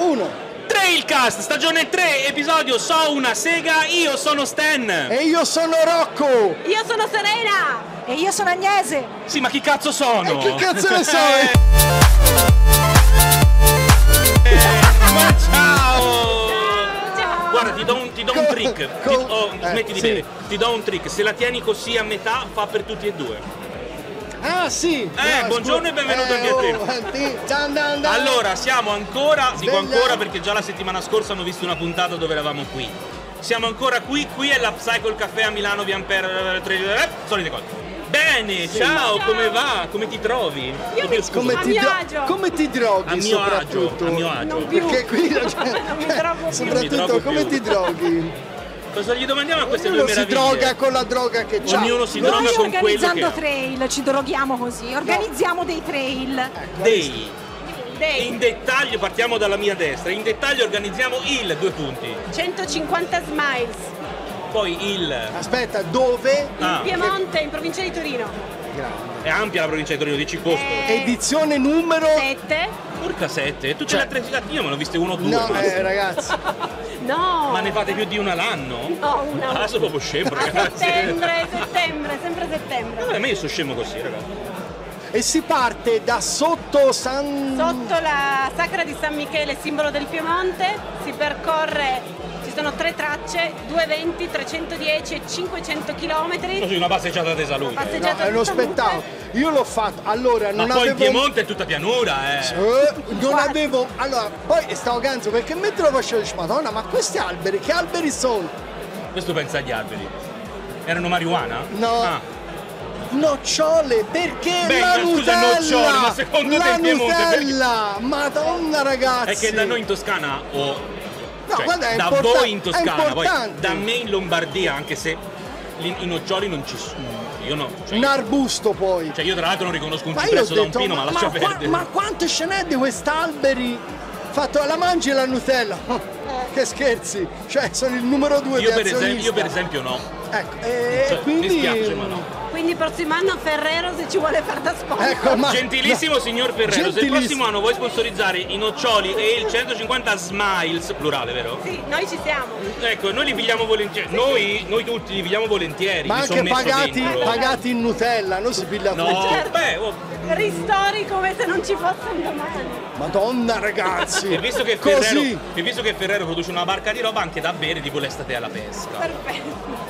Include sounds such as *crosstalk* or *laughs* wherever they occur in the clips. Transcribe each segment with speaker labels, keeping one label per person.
Speaker 1: 1.
Speaker 2: Trailcast, stagione 3, episodio So una sega, io sono Stan.
Speaker 1: E io sono Rocco.
Speaker 3: Io sono Serena!
Speaker 4: E io sono Agnese.
Speaker 2: Sì, ma chi cazzo sono?
Speaker 1: E chi cazzo ne so?
Speaker 2: *laughs* Eh, *laughs* ma ciao!
Speaker 3: Ciao!
Speaker 2: Guarda, ti do un, ti do un
Speaker 1: Co-
Speaker 2: trick. Ti-
Speaker 1: co-
Speaker 2: oh,
Speaker 1: eh,
Speaker 2: smetti di
Speaker 1: sì.
Speaker 2: bere. Ti do un trick. Se la tieni così a metà, fa per tutti e due.
Speaker 1: Ah sì. scusa.
Speaker 2: Eh, buongiorno e benvenuto al Pietrino.
Speaker 1: oh, ti- dan, dan, dan.
Speaker 2: Allora, siamo ancora, dico
Speaker 1: Sveglia.
Speaker 2: ancora perché già la settimana scorsa hanno visto una puntata dove eravamo qui. Siamo ancora qui, qui è la Psycho Caffè a Milano, via Ampere, tre- eh, solite cose. Bene, ciao,
Speaker 3: Ciao.
Speaker 2: come va? Come ti trovi?
Speaker 3: Io mi
Speaker 1: come
Speaker 3: a
Speaker 1: ti,
Speaker 3: mio
Speaker 1: dro-
Speaker 3: agio.
Speaker 1: come ti droghi
Speaker 2: A mio agio,
Speaker 1: soprattutto?
Speaker 2: a mio agio.
Speaker 3: Non più.
Speaker 1: Perché qui
Speaker 3: *laughs* Non mi drogo più.
Speaker 2: Non mi drogo
Speaker 1: soprattutto come
Speaker 2: più.
Speaker 1: ti droghi?
Speaker 2: Cosa gli domandiamo a queste
Speaker 1: Ognuno
Speaker 2: due
Speaker 1: si
Speaker 2: meraviglie?
Speaker 1: droga con la droga che c'ha.
Speaker 2: Ognuno si
Speaker 4: Noi
Speaker 2: droga con quello che
Speaker 4: organizzando
Speaker 2: ha.
Speaker 4: trail, ci droghiamo così, organizziamo dei trail.
Speaker 2: Dei.
Speaker 3: Dei
Speaker 2: In dettaglio, partiamo dalla mia destra, in dettaglio organizziamo il due punti,
Speaker 3: 150 smiles.
Speaker 2: poi il...
Speaker 1: Aspetta, dove?
Speaker 2: Ah, Oh.
Speaker 3: Piemonte, in provincia di Torino.
Speaker 1: Grande.
Speaker 2: è ampia la provincia di Torino, 10 posti.
Speaker 3: Eh,
Speaker 1: Edizione numero
Speaker 3: 7.
Speaker 2: Porca sette, tu ce
Speaker 1: Cioè-
Speaker 2: l'hai tre... Io me ne ho viste uno o due.
Speaker 1: No,
Speaker 2: ma-
Speaker 1: eh, ragazzi.
Speaker 3: No.
Speaker 2: Ma ne fate più di una l'anno?
Speaker 3: No, una.
Speaker 2: Ah, sono proprio scemo,
Speaker 3: A
Speaker 2: ragazzi.
Speaker 3: settembre, settembre, sempre settembre.
Speaker 2: Vabbè, ma io sono scemo così, ragazzi.
Speaker 1: E si parte da sotto San
Speaker 3: Sotto la Sacra di San Michele, simbolo del Piemonte, si percorre, ci sono tre tracce, 220, 310 e 500 km.
Speaker 2: Così una passeggiata di salute.
Speaker 1: No, è uno spettacolo. Io l'ho fatto. Allora,
Speaker 2: Ma
Speaker 1: non
Speaker 2: poi in
Speaker 1: avevo
Speaker 2: Piemonte è tutta pianura, eh.
Speaker 1: Eh, non
Speaker 3: Guarda.
Speaker 1: avevo. Allora, poi stavo ganzo perché mentre lo facevo dice, Madonna, ma questi alberi, che alberi sono?
Speaker 2: Questo pensa agli alberi. Erano marijuana?
Speaker 1: No.
Speaker 2: Ah.
Speaker 1: Nocciole, perché
Speaker 2: Beh,
Speaker 1: la
Speaker 2: ma scusa,
Speaker 1: Nutella?
Speaker 2: nocciole, ma secondo
Speaker 1: la
Speaker 2: te in Piemonte perché-
Speaker 1: Nutella! Madonna ragazzi!
Speaker 2: È che da noi in Toscana o...
Speaker 1: No,
Speaker 2: cioè,
Speaker 1: guarda, è
Speaker 2: da
Speaker 1: importan-
Speaker 2: voi in Toscana,
Speaker 1: è
Speaker 2: poi
Speaker 1: importante.
Speaker 2: da me in Lombardia, anche se gli- i noccioli non ci sono. Io no. Cioè,
Speaker 1: Un arbusto poi.
Speaker 2: cioè, io tra l'altro non riconosco un
Speaker 1: ma io ho
Speaker 2: cipresso da un
Speaker 1: detto,
Speaker 2: pino, ma,
Speaker 1: ma,
Speaker 2: lascia
Speaker 1: qua-
Speaker 2: perdere.
Speaker 1: ma quanto ce n'è di quest'alberi? Fatto la mangi la Nutella. *laughs* che scherzi! Cioè, sono il numero due
Speaker 2: Io
Speaker 1: di
Speaker 2: per, esempio,
Speaker 1: azionista.
Speaker 2: io per esempio no.
Speaker 1: Ecco, e
Speaker 2: Cioè,
Speaker 1: quindi...
Speaker 2: Mi spiace, ma no.
Speaker 3: Quindi prossimo anno Ferrero se ci vuole far da sponsor.
Speaker 1: Ecco, ma...
Speaker 2: Gentilissimo signor Ferrero, se il
Speaker 1: Gentilissimo.
Speaker 2: prossimo anno vuoi sponsorizzare i noccioli e il 150 Smiles, plurale vero?
Speaker 3: Sì, noi ci siamo.
Speaker 2: Ecco, noi li pigliamo volentieri, noi, noi tutti li pigliamo volentieri,
Speaker 1: Ma
Speaker 2: mi
Speaker 1: anche
Speaker 2: son messo
Speaker 1: pagati,
Speaker 2: dentro.
Speaker 1: pagati Certo. in Nutella, non si piglia tutto.
Speaker 2: No, beh, oh,
Speaker 3: Ristori come se non ci fosse un domani.
Speaker 1: Madonna ragazzi!
Speaker 2: e visto, che Ferrero,
Speaker 1: Così!
Speaker 2: e visto che Ferrero produce una barca di roba anche da bere, tipo l'estate alla pesca.
Speaker 3: Perfetto.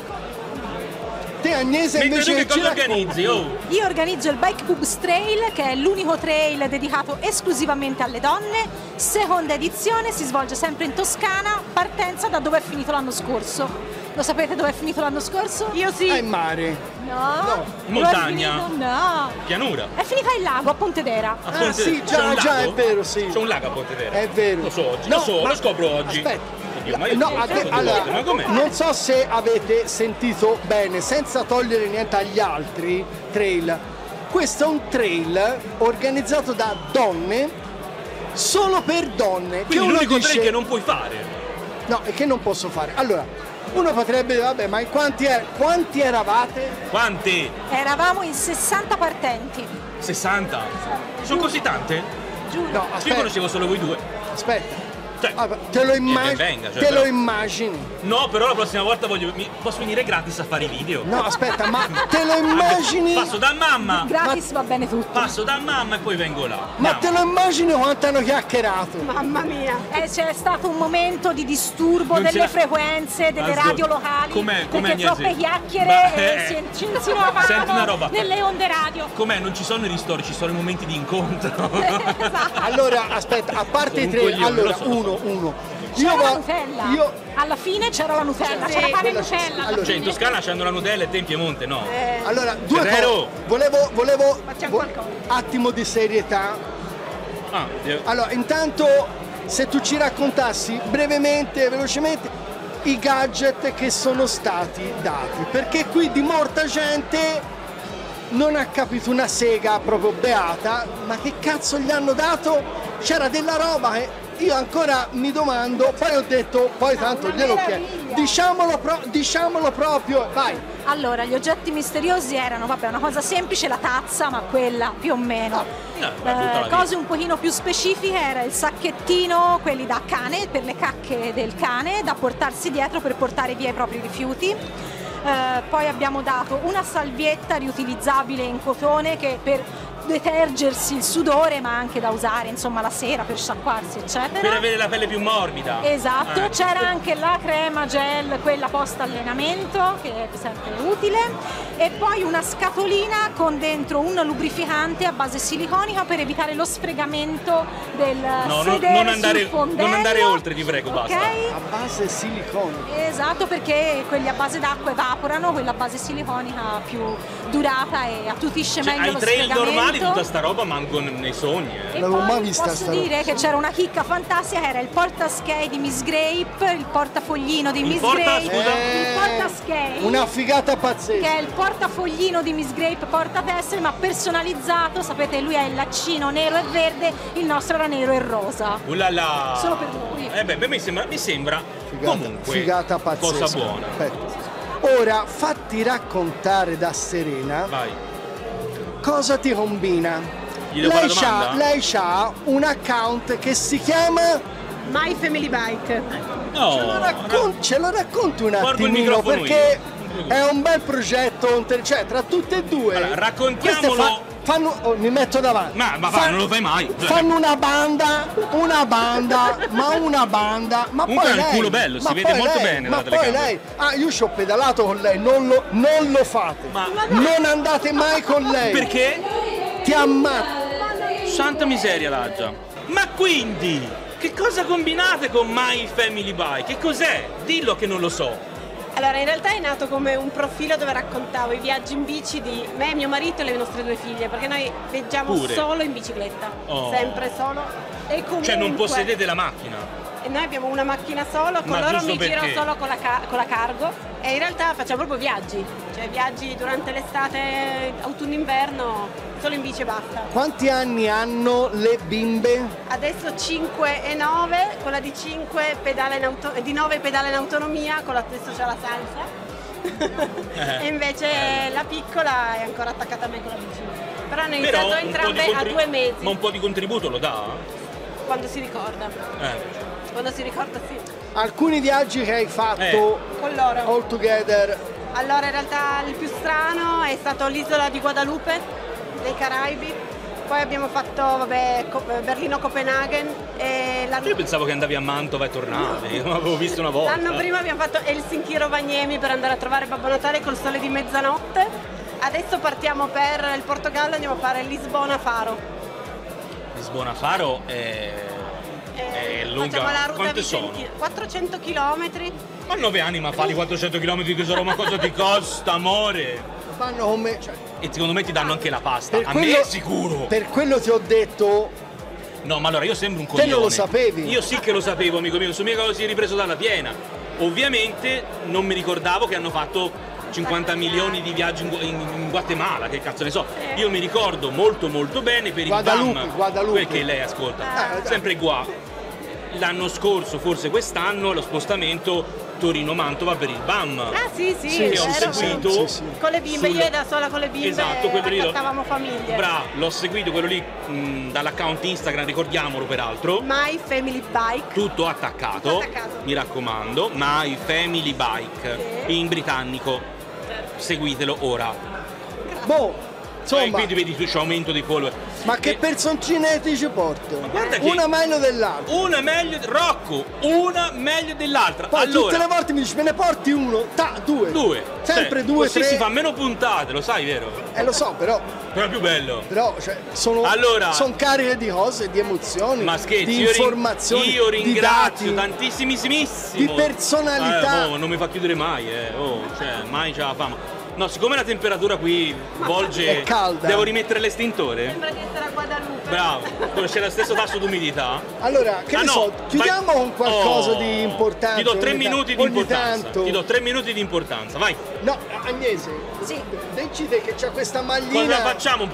Speaker 1: Te Agnese
Speaker 2: Mentre tu
Speaker 1: invece
Speaker 2: che
Speaker 1: ci
Speaker 2: cosa
Speaker 1: racconti-
Speaker 2: organizzi? Oh,
Speaker 4: Io organizzo il Bike Boobs Trail, che è l'unico trail dedicato esclusivamente alle donne. Seconda edizione, si svolge sempre in Toscana, partenza da dove è finito l'anno scorso. Lo sapete dove è finito l'anno scorso?
Speaker 3: Io sì.
Speaker 1: Ah, in mare.
Speaker 4: No. Dove è
Speaker 2: Montagna.
Speaker 4: finito? No.
Speaker 2: pianura.
Speaker 4: È finita il lago a Pontedera.
Speaker 2: A
Speaker 1: Ah,
Speaker 2: Ponte-
Speaker 1: sì,
Speaker 2: c'è un
Speaker 1: già- già,
Speaker 2: lago?
Speaker 1: è vero, sì.
Speaker 2: C'è un lago a Ponte Vero.
Speaker 1: È vero.
Speaker 2: Lo so oggi,
Speaker 1: No,
Speaker 2: lo so,
Speaker 1: ma-
Speaker 2: lo scopro oggi.
Speaker 1: Aspetta.
Speaker 2: Oddio, ma io
Speaker 1: No,
Speaker 2: sono
Speaker 1: a te-
Speaker 2: due
Speaker 1: allora,
Speaker 2: volte, ma com'è?
Speaker 1: non so se avete sentito bene, senza togliere niente agli altri trail. Questo è un trail organizzato da donne solo per donne. che
Speaker 2: Quindi
Speaker 1: uno
Speaker 2: l'unico
Speaker 1: dice
Speaker 2: tre che non puoi fare.
Speaker 1: No, e che non posso fare. Allora, uno potrebbe dire, vabbè, ma in quanti, er- quanti eravate?
Speaker 2: Quanti?
Speaker 4: Eravamo in 60 partenti.
Speaker 2: 60? Sono così tante?
Speaker 4: Giuro.
Speaker 1: No,
Speaker 2: Io
Speaker 1: aspetta,
Speaker 2: conoscevo solo voi due.
Speaker 1: aspetta.
Speaker 2: Cioè,
Speaker 1: Ah, te lo, imma-
Speaker 2: Eh, ben venga, cioè,
Speaker 1: te
Speaker 2: però-
Speaker 1: lo immagini?
Speaker 2: no, però la prossima volta voglio. mi- posso venire gratis a fare i video.
Speaker 1: No, aspetta,
Speaker 2: *laughs*
Speaker 1: ma te lo immagini?
Speaker 2: Passo da mamma!
Speaker 4: Gratis va bene tutto.
Speaker 2: Passo da mamma e poi vengo là.
Speaker 1: Ma
Speaker 2: Andiamo.
Speaker 1: te lo immagini quanto hanno chiacchierato?
Speaker 3: Mamma mia.
Speaker 4: Eh, c'è stato un momento di disturbo
Speaker 2: Non ce
Speaker 4: delle
Speaker 2: la-
Speaker 4: frequenze, delle
Speaker 2: Ascolta,
Speaker 4: radio locali,
Speaker 2: com'è- com'è,
Speaker 4: perché troppe
Speaker 2: Agnese?
Speaker 4: chiacchiere
Speaker 2: Ma-
Speaker 4: e
Speaker 2: eh.
Speaker 4: si,
Speaker 2: *laughs*
Speaker 4: ci
Speaker 2: Senti una roba.
Speaker 4: insinuavano nelle onde
Speaker 2: *laughs*
Speaker 4: radio.
Speaker 2: Com'è? Non ci sono i ristori, ci sono i momenti di
Speaker 4: *laughs*
Speaker 2: incontro.
Speaker 4: esatto.
Speaker 1: Allora, aspetta, a parte
Speaker 2: Sono
Speaker 1: i
Speaker 2: un
Speaker 1: tre,
Speaker 2: coglione,
Speaker 1: allora,
Speaker 2: lo so, lo so.
Speaker 1: uno, uno.
Speaker 4: C'era
Speaker 1: va-
Speaker 4: la Nutella.
Speaker 1: Io,
Speaker 4: Alla fine c'era la Nutella,
Speaker 3: Sì,
Speaker 4: c'era pane e
Speaker 1: quella c'è.
Speaker 4: Nutella. alla
Speaker 1: Allora-
Speaker 2: cioè, in
Speaker 4: fine.
Speaker 2: Toscana c'hanno la Nutella e te in Piemonte, no?
Speaker 3: Eh,
Speaker 1: allora, due
Speaker 2: Ferrero.
Speaker 1: cose. Volevo, volevo,
Speaker 3: Facciamo qualcosa.
Speaker 1: attimo di serietà.
Speaker 2: Ah, eh,
Speaker 1: Allora, intanto, se tu ci raccontassi brevemente, velocemente, i gadget che sono stati dati, perché qui di morta gente non ha capito una sega proprio beata, ma che cazzo gli hanno dato? C'era della roba che Io ancora mi domando, poi ho detto, poi tanto
Speaker 3: una
Speaker 1: glielo chiedo.
Speaker 3: meraviglia.
Speaker 1: Diciamolo, pro- diciamolo proprio, vai.
Speaker 4: Allora, gli oggetti misteriosi erano, vabbè, una cosa semplice, la tazza, ma quella più o meno. Eh,
Speaker 2: no, Eh, ma tutta la vita.
Speaker 4: cose un pochino più specifiche era il sacchettino, quelli da cane, per le cacche del cane, da portarsi dietro per portare via i propri rifiuti. Eh, poi abbiamo dato una salvietta riutilizzabile in cotone che per detergersi il sudore, ma anche da usare insomma la sera per sciacquarsi, eccetera.
Speaker 2: Per avere la pelle più morbida.
Speaker 4: Esatto,
Speaker 2: Eh.
Speaker 4: c'era anche la crema gel, quella post allenamento, che è sempre utile, e poi una scatolina con dentro un lubrificante a base siliconica per evitare lo sfregamento del
Speaker 2: No, no,
Speaker 4: sedere
Speaker 2: non andare-
Speaker 4: sul fondello.
Speaker 2: non andare oltre, ti prego,
Speaker 4: Ok?
Speaker 2: basta.
Speaker 1: A base siliconica.
Speaker 4: Esatto, perché quelli a base d'acqua evaporano, quella a base siliconica più durata e attutisce
Speaker 2: Cioè,
Speaker 4: meglio
Speaker 2: ai
Speaker 4: lo
Speaker 2: trail
Speaker 4: sfregamento.
Speaker 2: normali tutta sta roba manco nei sogni. eh.
Speaker 1: Non
Speaker 4: E
Speaker 1: l'avevo
Speaker 4: poi
Speaker 1: mai vista
Speaker 4: posso
Speaker 1: sta roba.
Speaker 4: dire che c'era una chicca fantastica che era il portaschei di Miss Grape, il portafoglino di
Speaker 2: Il
Speaker 4: Miss
Speaker 2: porta-
Speaker 4: Grape,
Speaker 2: scusa?
Speaker 4: il portaschei
Speaker 1: Eh, Una figata pazzesca.
Speaker 4: che è il portafoglino di Miss Grape portatessere ma personalizzato, sapete lui è il laccino nero e verde, il nostro era nero e rosa.
Speaker 2: Ulala.
Speaker 4: Eh. Solo per voi.
Speaker 2: Eh beh, beh, mi sembra, mi sembra
Speaker 1: Figata,
Speaker 2: comunque
Speaker 1: figata pazzesca.
Speaker 2: cosa buona.
Speaker 1: Perfetto. Ora fatti raccontare da Serena
Speaker 2: Vai.
Speaker 1: cosa ti combina.
Speaker 2: Gli devo fare
Speaker 1: Lei
Speaker 2: la
Speaker 1: c'ha,
Speaker 2: domanda?
Speaker 1: lei c'ha un account che si chiama.
Speaker 3: My Family Bike.
Speaker 2: No.
Speaker 1: ce, lo raccon- ce lo racconti un
Speaker 2: Guardo il
Speaker 1: attimino
Speaker 2: microfono
Speaker 1: perché
Speaker 2: io.
Speaker 1: è un bel progetto, un ter- cioè tra tutte e due.
Speaker 2: Allora, raccontiamolo.
Speaker 1: queste fa- fanno, oh, mi metto davanti.
Speaker 2: Ma- ma va, non lo fai mai.
Speaker 1: Fanno una banda, una banda, ma una banda. Ma
Speaker 2: Comunque
Speaker 1: poi
Speaker 2: ha il
Speaker 1: lei-
Speaker 2: culo bello, si
Speaker 1: ma
Speaker 2: vede
Speaker 1: poi
Speaker 2: molto
Speaker 1: lei-
Speaker 2: bene
Speaker 1: Ma
Speaker 2: dalla
Speaker 1: poi
Speaker 2: telecamera.
Speaker 1: lei, ah, io ci ho pedalato con lei, non lo, non lo fate.
Speaker 2: Ma-
Speaker 1: Non andate mai con lei.
Speaker 2: Perché?
Speaker 1: Ti ammazzo.
Speaker 2: Santa miseria l'aggia. Ma quindi, che cosa combinate con My Family Bike? Che cos'è? Dillo che non lo so.
Speaker 3: Allora, in realtà è nato come un profilo dove raccontavo i viaggi in bici di me, mio marito e le nostre due figlie, perché noi viaggiamo
Speaker 2: Pure.
Speaker 3: solo in bicicletta,
Speaker 2: Oh.
Speaker 3: sempre solo. E comunque,
Speaker 2: Cioè non possedete la macchina.
Speaker 3: E noi abbiamo una macchina solo, con
Speaker 2: Ma
Speaker 3: loro
Speaker 2: giusto
Speaker 3: mi giro
Speaker 2: perché?
Speaker 3: solo con la, ca- con la cargo e in realtà facciamo proprio viaggi, cioè viaggi durante l'estate, autunno-inverno, solo in bici e basta.
Speaker 1: Quanti anni hanno le bimbe?
Speaker 3: Adesso 5 e 9, con la di 5 pedala in auto- di 9 pedala in autonomia, con la stessa c'è la salsa.
Speaker 2: Eh,
Speaker 3: e invece
Speaker 2: bello.
Speaker 3: la piccola è ancora attaccata a me con la bici. Però hanno
Speaker 2: Però
Speaker 3: iniziato
Speaker 2: un po' di
Speaker 3: Eh, entrambe a
Speaker 2: contri-
Speaker 3: due mesi,
Speaker 2: Ma un po' di contributo lo dà?
Speaker 3: quando si ricorda.
Speaker 2: Eh.
Speaker 3: Quando si ricorda sì,
Speaker 1: Alcuni viaggi che hai fatto
Speaker 3: con
Speaker 2: Eh.
Speaker 3: loro.
Speaker 1: all together.
Speaker 3: Allora, in realtà il più strano è stato l'isola di Guadalupe, dei Caraibi. Poi abbiamo fatto vabbè, Co- Berlino-Copenaghen e la
Speaker 2: Io pensavo che andavi a Mantova e tornavi, io l'avevo visto una volta.
Speaker 3: L'anno prima abbiamo fatto Helsinki Rovaniemi per andare a trovare Babbo Natale col sole di mezzanotte. Adesso partiamo per il Portogallo e andiamo a fare Lisbona Faro.
Speaker 2: Lisbona Faro è,
Speaker 3: Eh,
Speaker 2: è lunga.
Speaker 3: Facciamo la ruta
Speaker 2: Quante sono?
Speaker 3: vicenti- 400 km.
Speaker 2: Ma nove anni ma fai 400 km di tesoro, ma cosa ti costa, amore?
Speaker 1: Fanno come. cioè,
Speaker 2: E secondo me ti danno anche la pasta, a me
Speaker 1: quello-
Speaker 2: è sicuro.
Speaker 1: Per quello ti ho detto.
Speaker 2: No, ma allora io sembro un
Speaker 1: Te non
Speaker 2: coglione.
Speaker 1: lo sapevi?
Speaker 2: Io sì che lo sapevo, amico mio, non so mica cosa si è ripreso dalla piena. Ovviamente non mi ricordavo che hanno fatto 50 milioni di viaggi in, Gu- in- in Guatemala, che cazzo ne so. Io mi ricordo molto molto bene per
Speaker 1: Guadalupe,
Speaker 2: il BAM,
Speaker 1: Guadalupe.
Speaker 2: quel che lei ascolta,
Speaker 1: Ah.
Speaker 2: sempre qua. L'anno scorso, forse quest'anno, lo spostamento Torino-Mantova per il BAM.
Speaker 3: Ah sì, sì,
Speaker 1: Sì,
Speaker 2: che ho
Speaker 1: sì,
Speaker 3: vero.
Speaker 2: seguito
Speaker 1: sì, sì.
Speaker 3: Con le bimbe,
Speaker 2: sul-
Speaker 3: io da sola con le bimbe
Speaker 2: esatto, quello lì lo-
Speaker 3: raccontavamo famiglie.
Speaker 2: Bravo, l'ho seguito quello lì mh, dall'account Instagram, ricordiamolo peraltro.
Speaker 3: My Family Bike.
Speaker 2: Tutto attaccato,
Speaker 3: Tutto attaccato.
Speaker 2: mi raccomando, My Family Bike
Speaker 3: Sì.
Speaker 2: in britannico. Seguitelo ora.
Speaker 1: Boh,
Speaker 2: Cioè,
Speaker 1: insomma,
Speaker 2: quindi vedi tu c'è aumento dei follower. Eh,
Speaker 1: ma che
Speaker 2: E
Speaker 1: personcinetti ci porto?
Speaker 2: guarda che-
Speaker 1: Una meglio dell'altra.
Speaker 2: Una meglio Rocco, una meglio dell'altra.
Speaker 1: Poi tutte le
Speaker 2: allora,
Speaker 1: volte mi dici me ne porti uno, ta, due.
Speaker 2: due.
Speaker 1: Sempre
Speaker 2: Cioè,
Speaker 1: due,
Speaker 2: così
Speaker 1: tre.
Speaker 2: si fa meno puntate, lo sai, vero?
Speaker 1: Eh lo so, però.
Speaker 2: Però è più bello.
Speaker 1: Però cioè, sono,
Speaker 2: Allora-
Speaker 1: son cariche di cose, di emozioni,
Speaker 2: Ma scherzi,
Speaker 1: di
Speaker 2: io, rin-
Speaker 1: informazioni,
Speaker 2: io
Speaker 1: di
Speaker 2: ringrazio
Speaker 1: dati.
Speaker 2: tantissimissimissimo.
Speaker 1: di personalità.
Speaker 2: Eh, boh, non mi fa chiudere mai, eh. Oh, cioè, mai c'ha la fama. No, siccome la temperatura qui volge.
Speaker 1: È calda.
Speaker 2: Devo rimettere l'estintore?
Speaker 3: Sembra di essere a Guadalupe.
Speaker 2: Bravo, dove c'è lo stesso tasso d'umidità.
Speaker 1: Allora, che
Speaker 2: Ah,
Speaker 1: ne
Speaker 2: no,
Speaker 1: so, chiudiamo
Speaker 2: vai-
Speaker 1: con qualcosa
Speaker 2: Oh,
Speaker 1: di importante.
Speaker 2: Ti do tre
Speaker 1: ogni ta-
Speaker 2: minuti di
Speaker 1: ogni
Speaker 2: importanza.
Speaker 1: tanto.
Speaker 2: Ti do tre minuti di importanza, vai.
Speaker 1: No, Agnese,
Speaker 4: Sì.
Speaker 1: decide che c'ha questa
Speaker 2: Cosa
Speaker 1: maglina.
Speaker 2: facciamo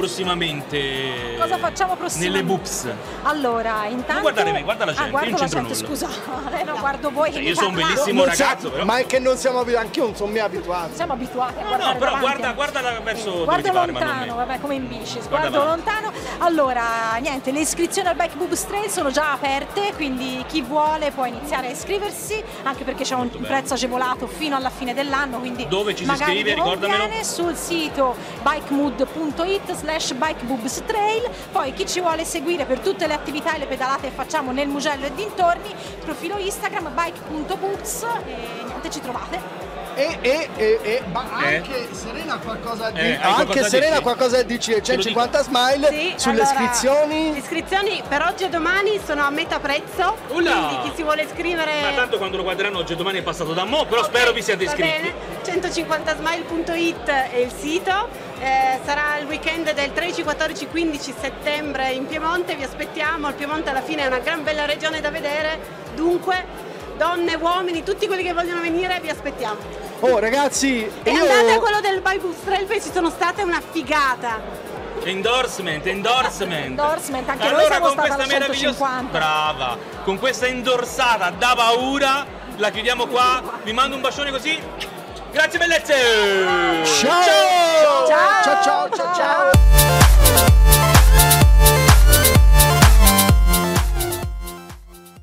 Speaker 2: prossimamente?
Speaker 4: Cosa facciamo prossimamente?
Speaker 2: Nelle boobs.
Speaker 4: Allora, intanto.
Speaker 2: Non guardare me, guarda la gente,
Speaker 4: Ah, guardo
Speaker 2: io non
Speaker 4: la
Speaker 2: c'entro
Speaker 4: gente, scusa. *laughs*
Speaker 2: nulla. Cioè,
Speaker 4: Eh, no, guardo voi. che
Speaker 2: Io
Speaker 4: mi
Speaker 2: sono un
Speaker 4: parlate.
Speaker 2: bellissimo
Speaker 1: Non sa-
Speaker 2: ragazzo, però.
Speaker 1: Ma è che non siamo abituati, anch'io non sono mai abituato.
Speaker 4: Siamo abituati a
Speaker 2: No,
Speaker 4: guardare
Speaker 2: no, però
Speaker 4: davanti.
Speaker 2: guarda- guardala verso dove
Speaker 4: Guardo
Speaker 2: ti pare, ma non
Speaker 4: lontano,
Speaker 2: me.
Speaker 4: vabbè, come in bici,
Speaker 2: Guarda
Speaker 4: guardo
Speaker 2: avanti.
Speaker 4: lontano. Allora, niente, le iscrizioni al Bike Boob Trail sono già aperte, quindi chi vuole può iniziare a iscriversi, anche perché c'è un
Speaker 2: Molto bene.
Speaker 4: prezzo agevolato fino alla fine dell'anno, quindi
Speaker 2: Dove ci si
Speaker 4: magari
Speaker 2: iscrive?
Speaker 4: vi
Speaker 2: Ricordamelo.
Speaker 4: conviene, sul sito bikemood.it slash bikeboobstrail, poi chi ci vuole seguire per tutte le attività e le pedalate che facciamo nel Mugello e dintorni, profilo Instagram bike.boobs e niente, ci trovate.
Speaker 1: E, e, e, e- ma
Speaker 2: Eh?
Speaker 1: anche Serena ha qualcosa da
Speaker 2: Eh, hai
Speaker 1: dire.
Speaker 2: qualcosa
Speaker 1: anche
Speaker 2: da
Speaker 1: Serena ha
Speaker 2: dirci?
Speaker 1: qualcosa da dirci.
Speaker 2: Ce lo
Speaker 1: 150 smile
Speaker 3: Sì,
Speaker 1: sulle
Speaker 3: allora, Le
Speaker 1: iscrizioni.
Speaker 3: iscrizioni per oggi e domani sono a metà prezzo,
Speaker 2: Ulla!
Speaker 3: quindi chi si vuole iscrivere...
Speaker 4: Eh.
Speaker 2: Ma tanto quando lo guarderanno oggi e domani è passato da mo', però
Speaker 3: Ok,
Speaker 2: spero vi siate
Speaker 3: va
Speaker 2: iscritti.
Speaker 3: bene. 150smile.it è il sito, eh, sarà il weekend del 13, 14, 15 settembre in Piemonte, vi aspettiamo, il Piemonte alla fine è una gran bella regione da vedere, dunque donne, uomini, tutti quelli che vogliono venire vi aspettiamo.
Speaker 1: Oh ragazzi,
Speaker 3: E
Speaker 1: io...
Speaker 3: andate a quello del Bybus Trail perché ci sono state una figata.
Speaker 2: Endorsement, endorsement.
Speaker 4: Endorsement, anche noi
Speaker 2: allora,
Speaker 4: siamo
Speaker 2: con
Speaker 4: stati
Speaker 2: questa
Speaker 4: alla
Speaker 2: meravigliosa
Speaker 4: 150.
Speaker 2: Brava, con questa indorsata da paura, la chiudiamo qua. Vi mando un bacione così. Grazie bellezze!
Speaker 1: Ciao!
Speaker 4: Ciao!
Speaker 1: Ciao ciao ciao ciao!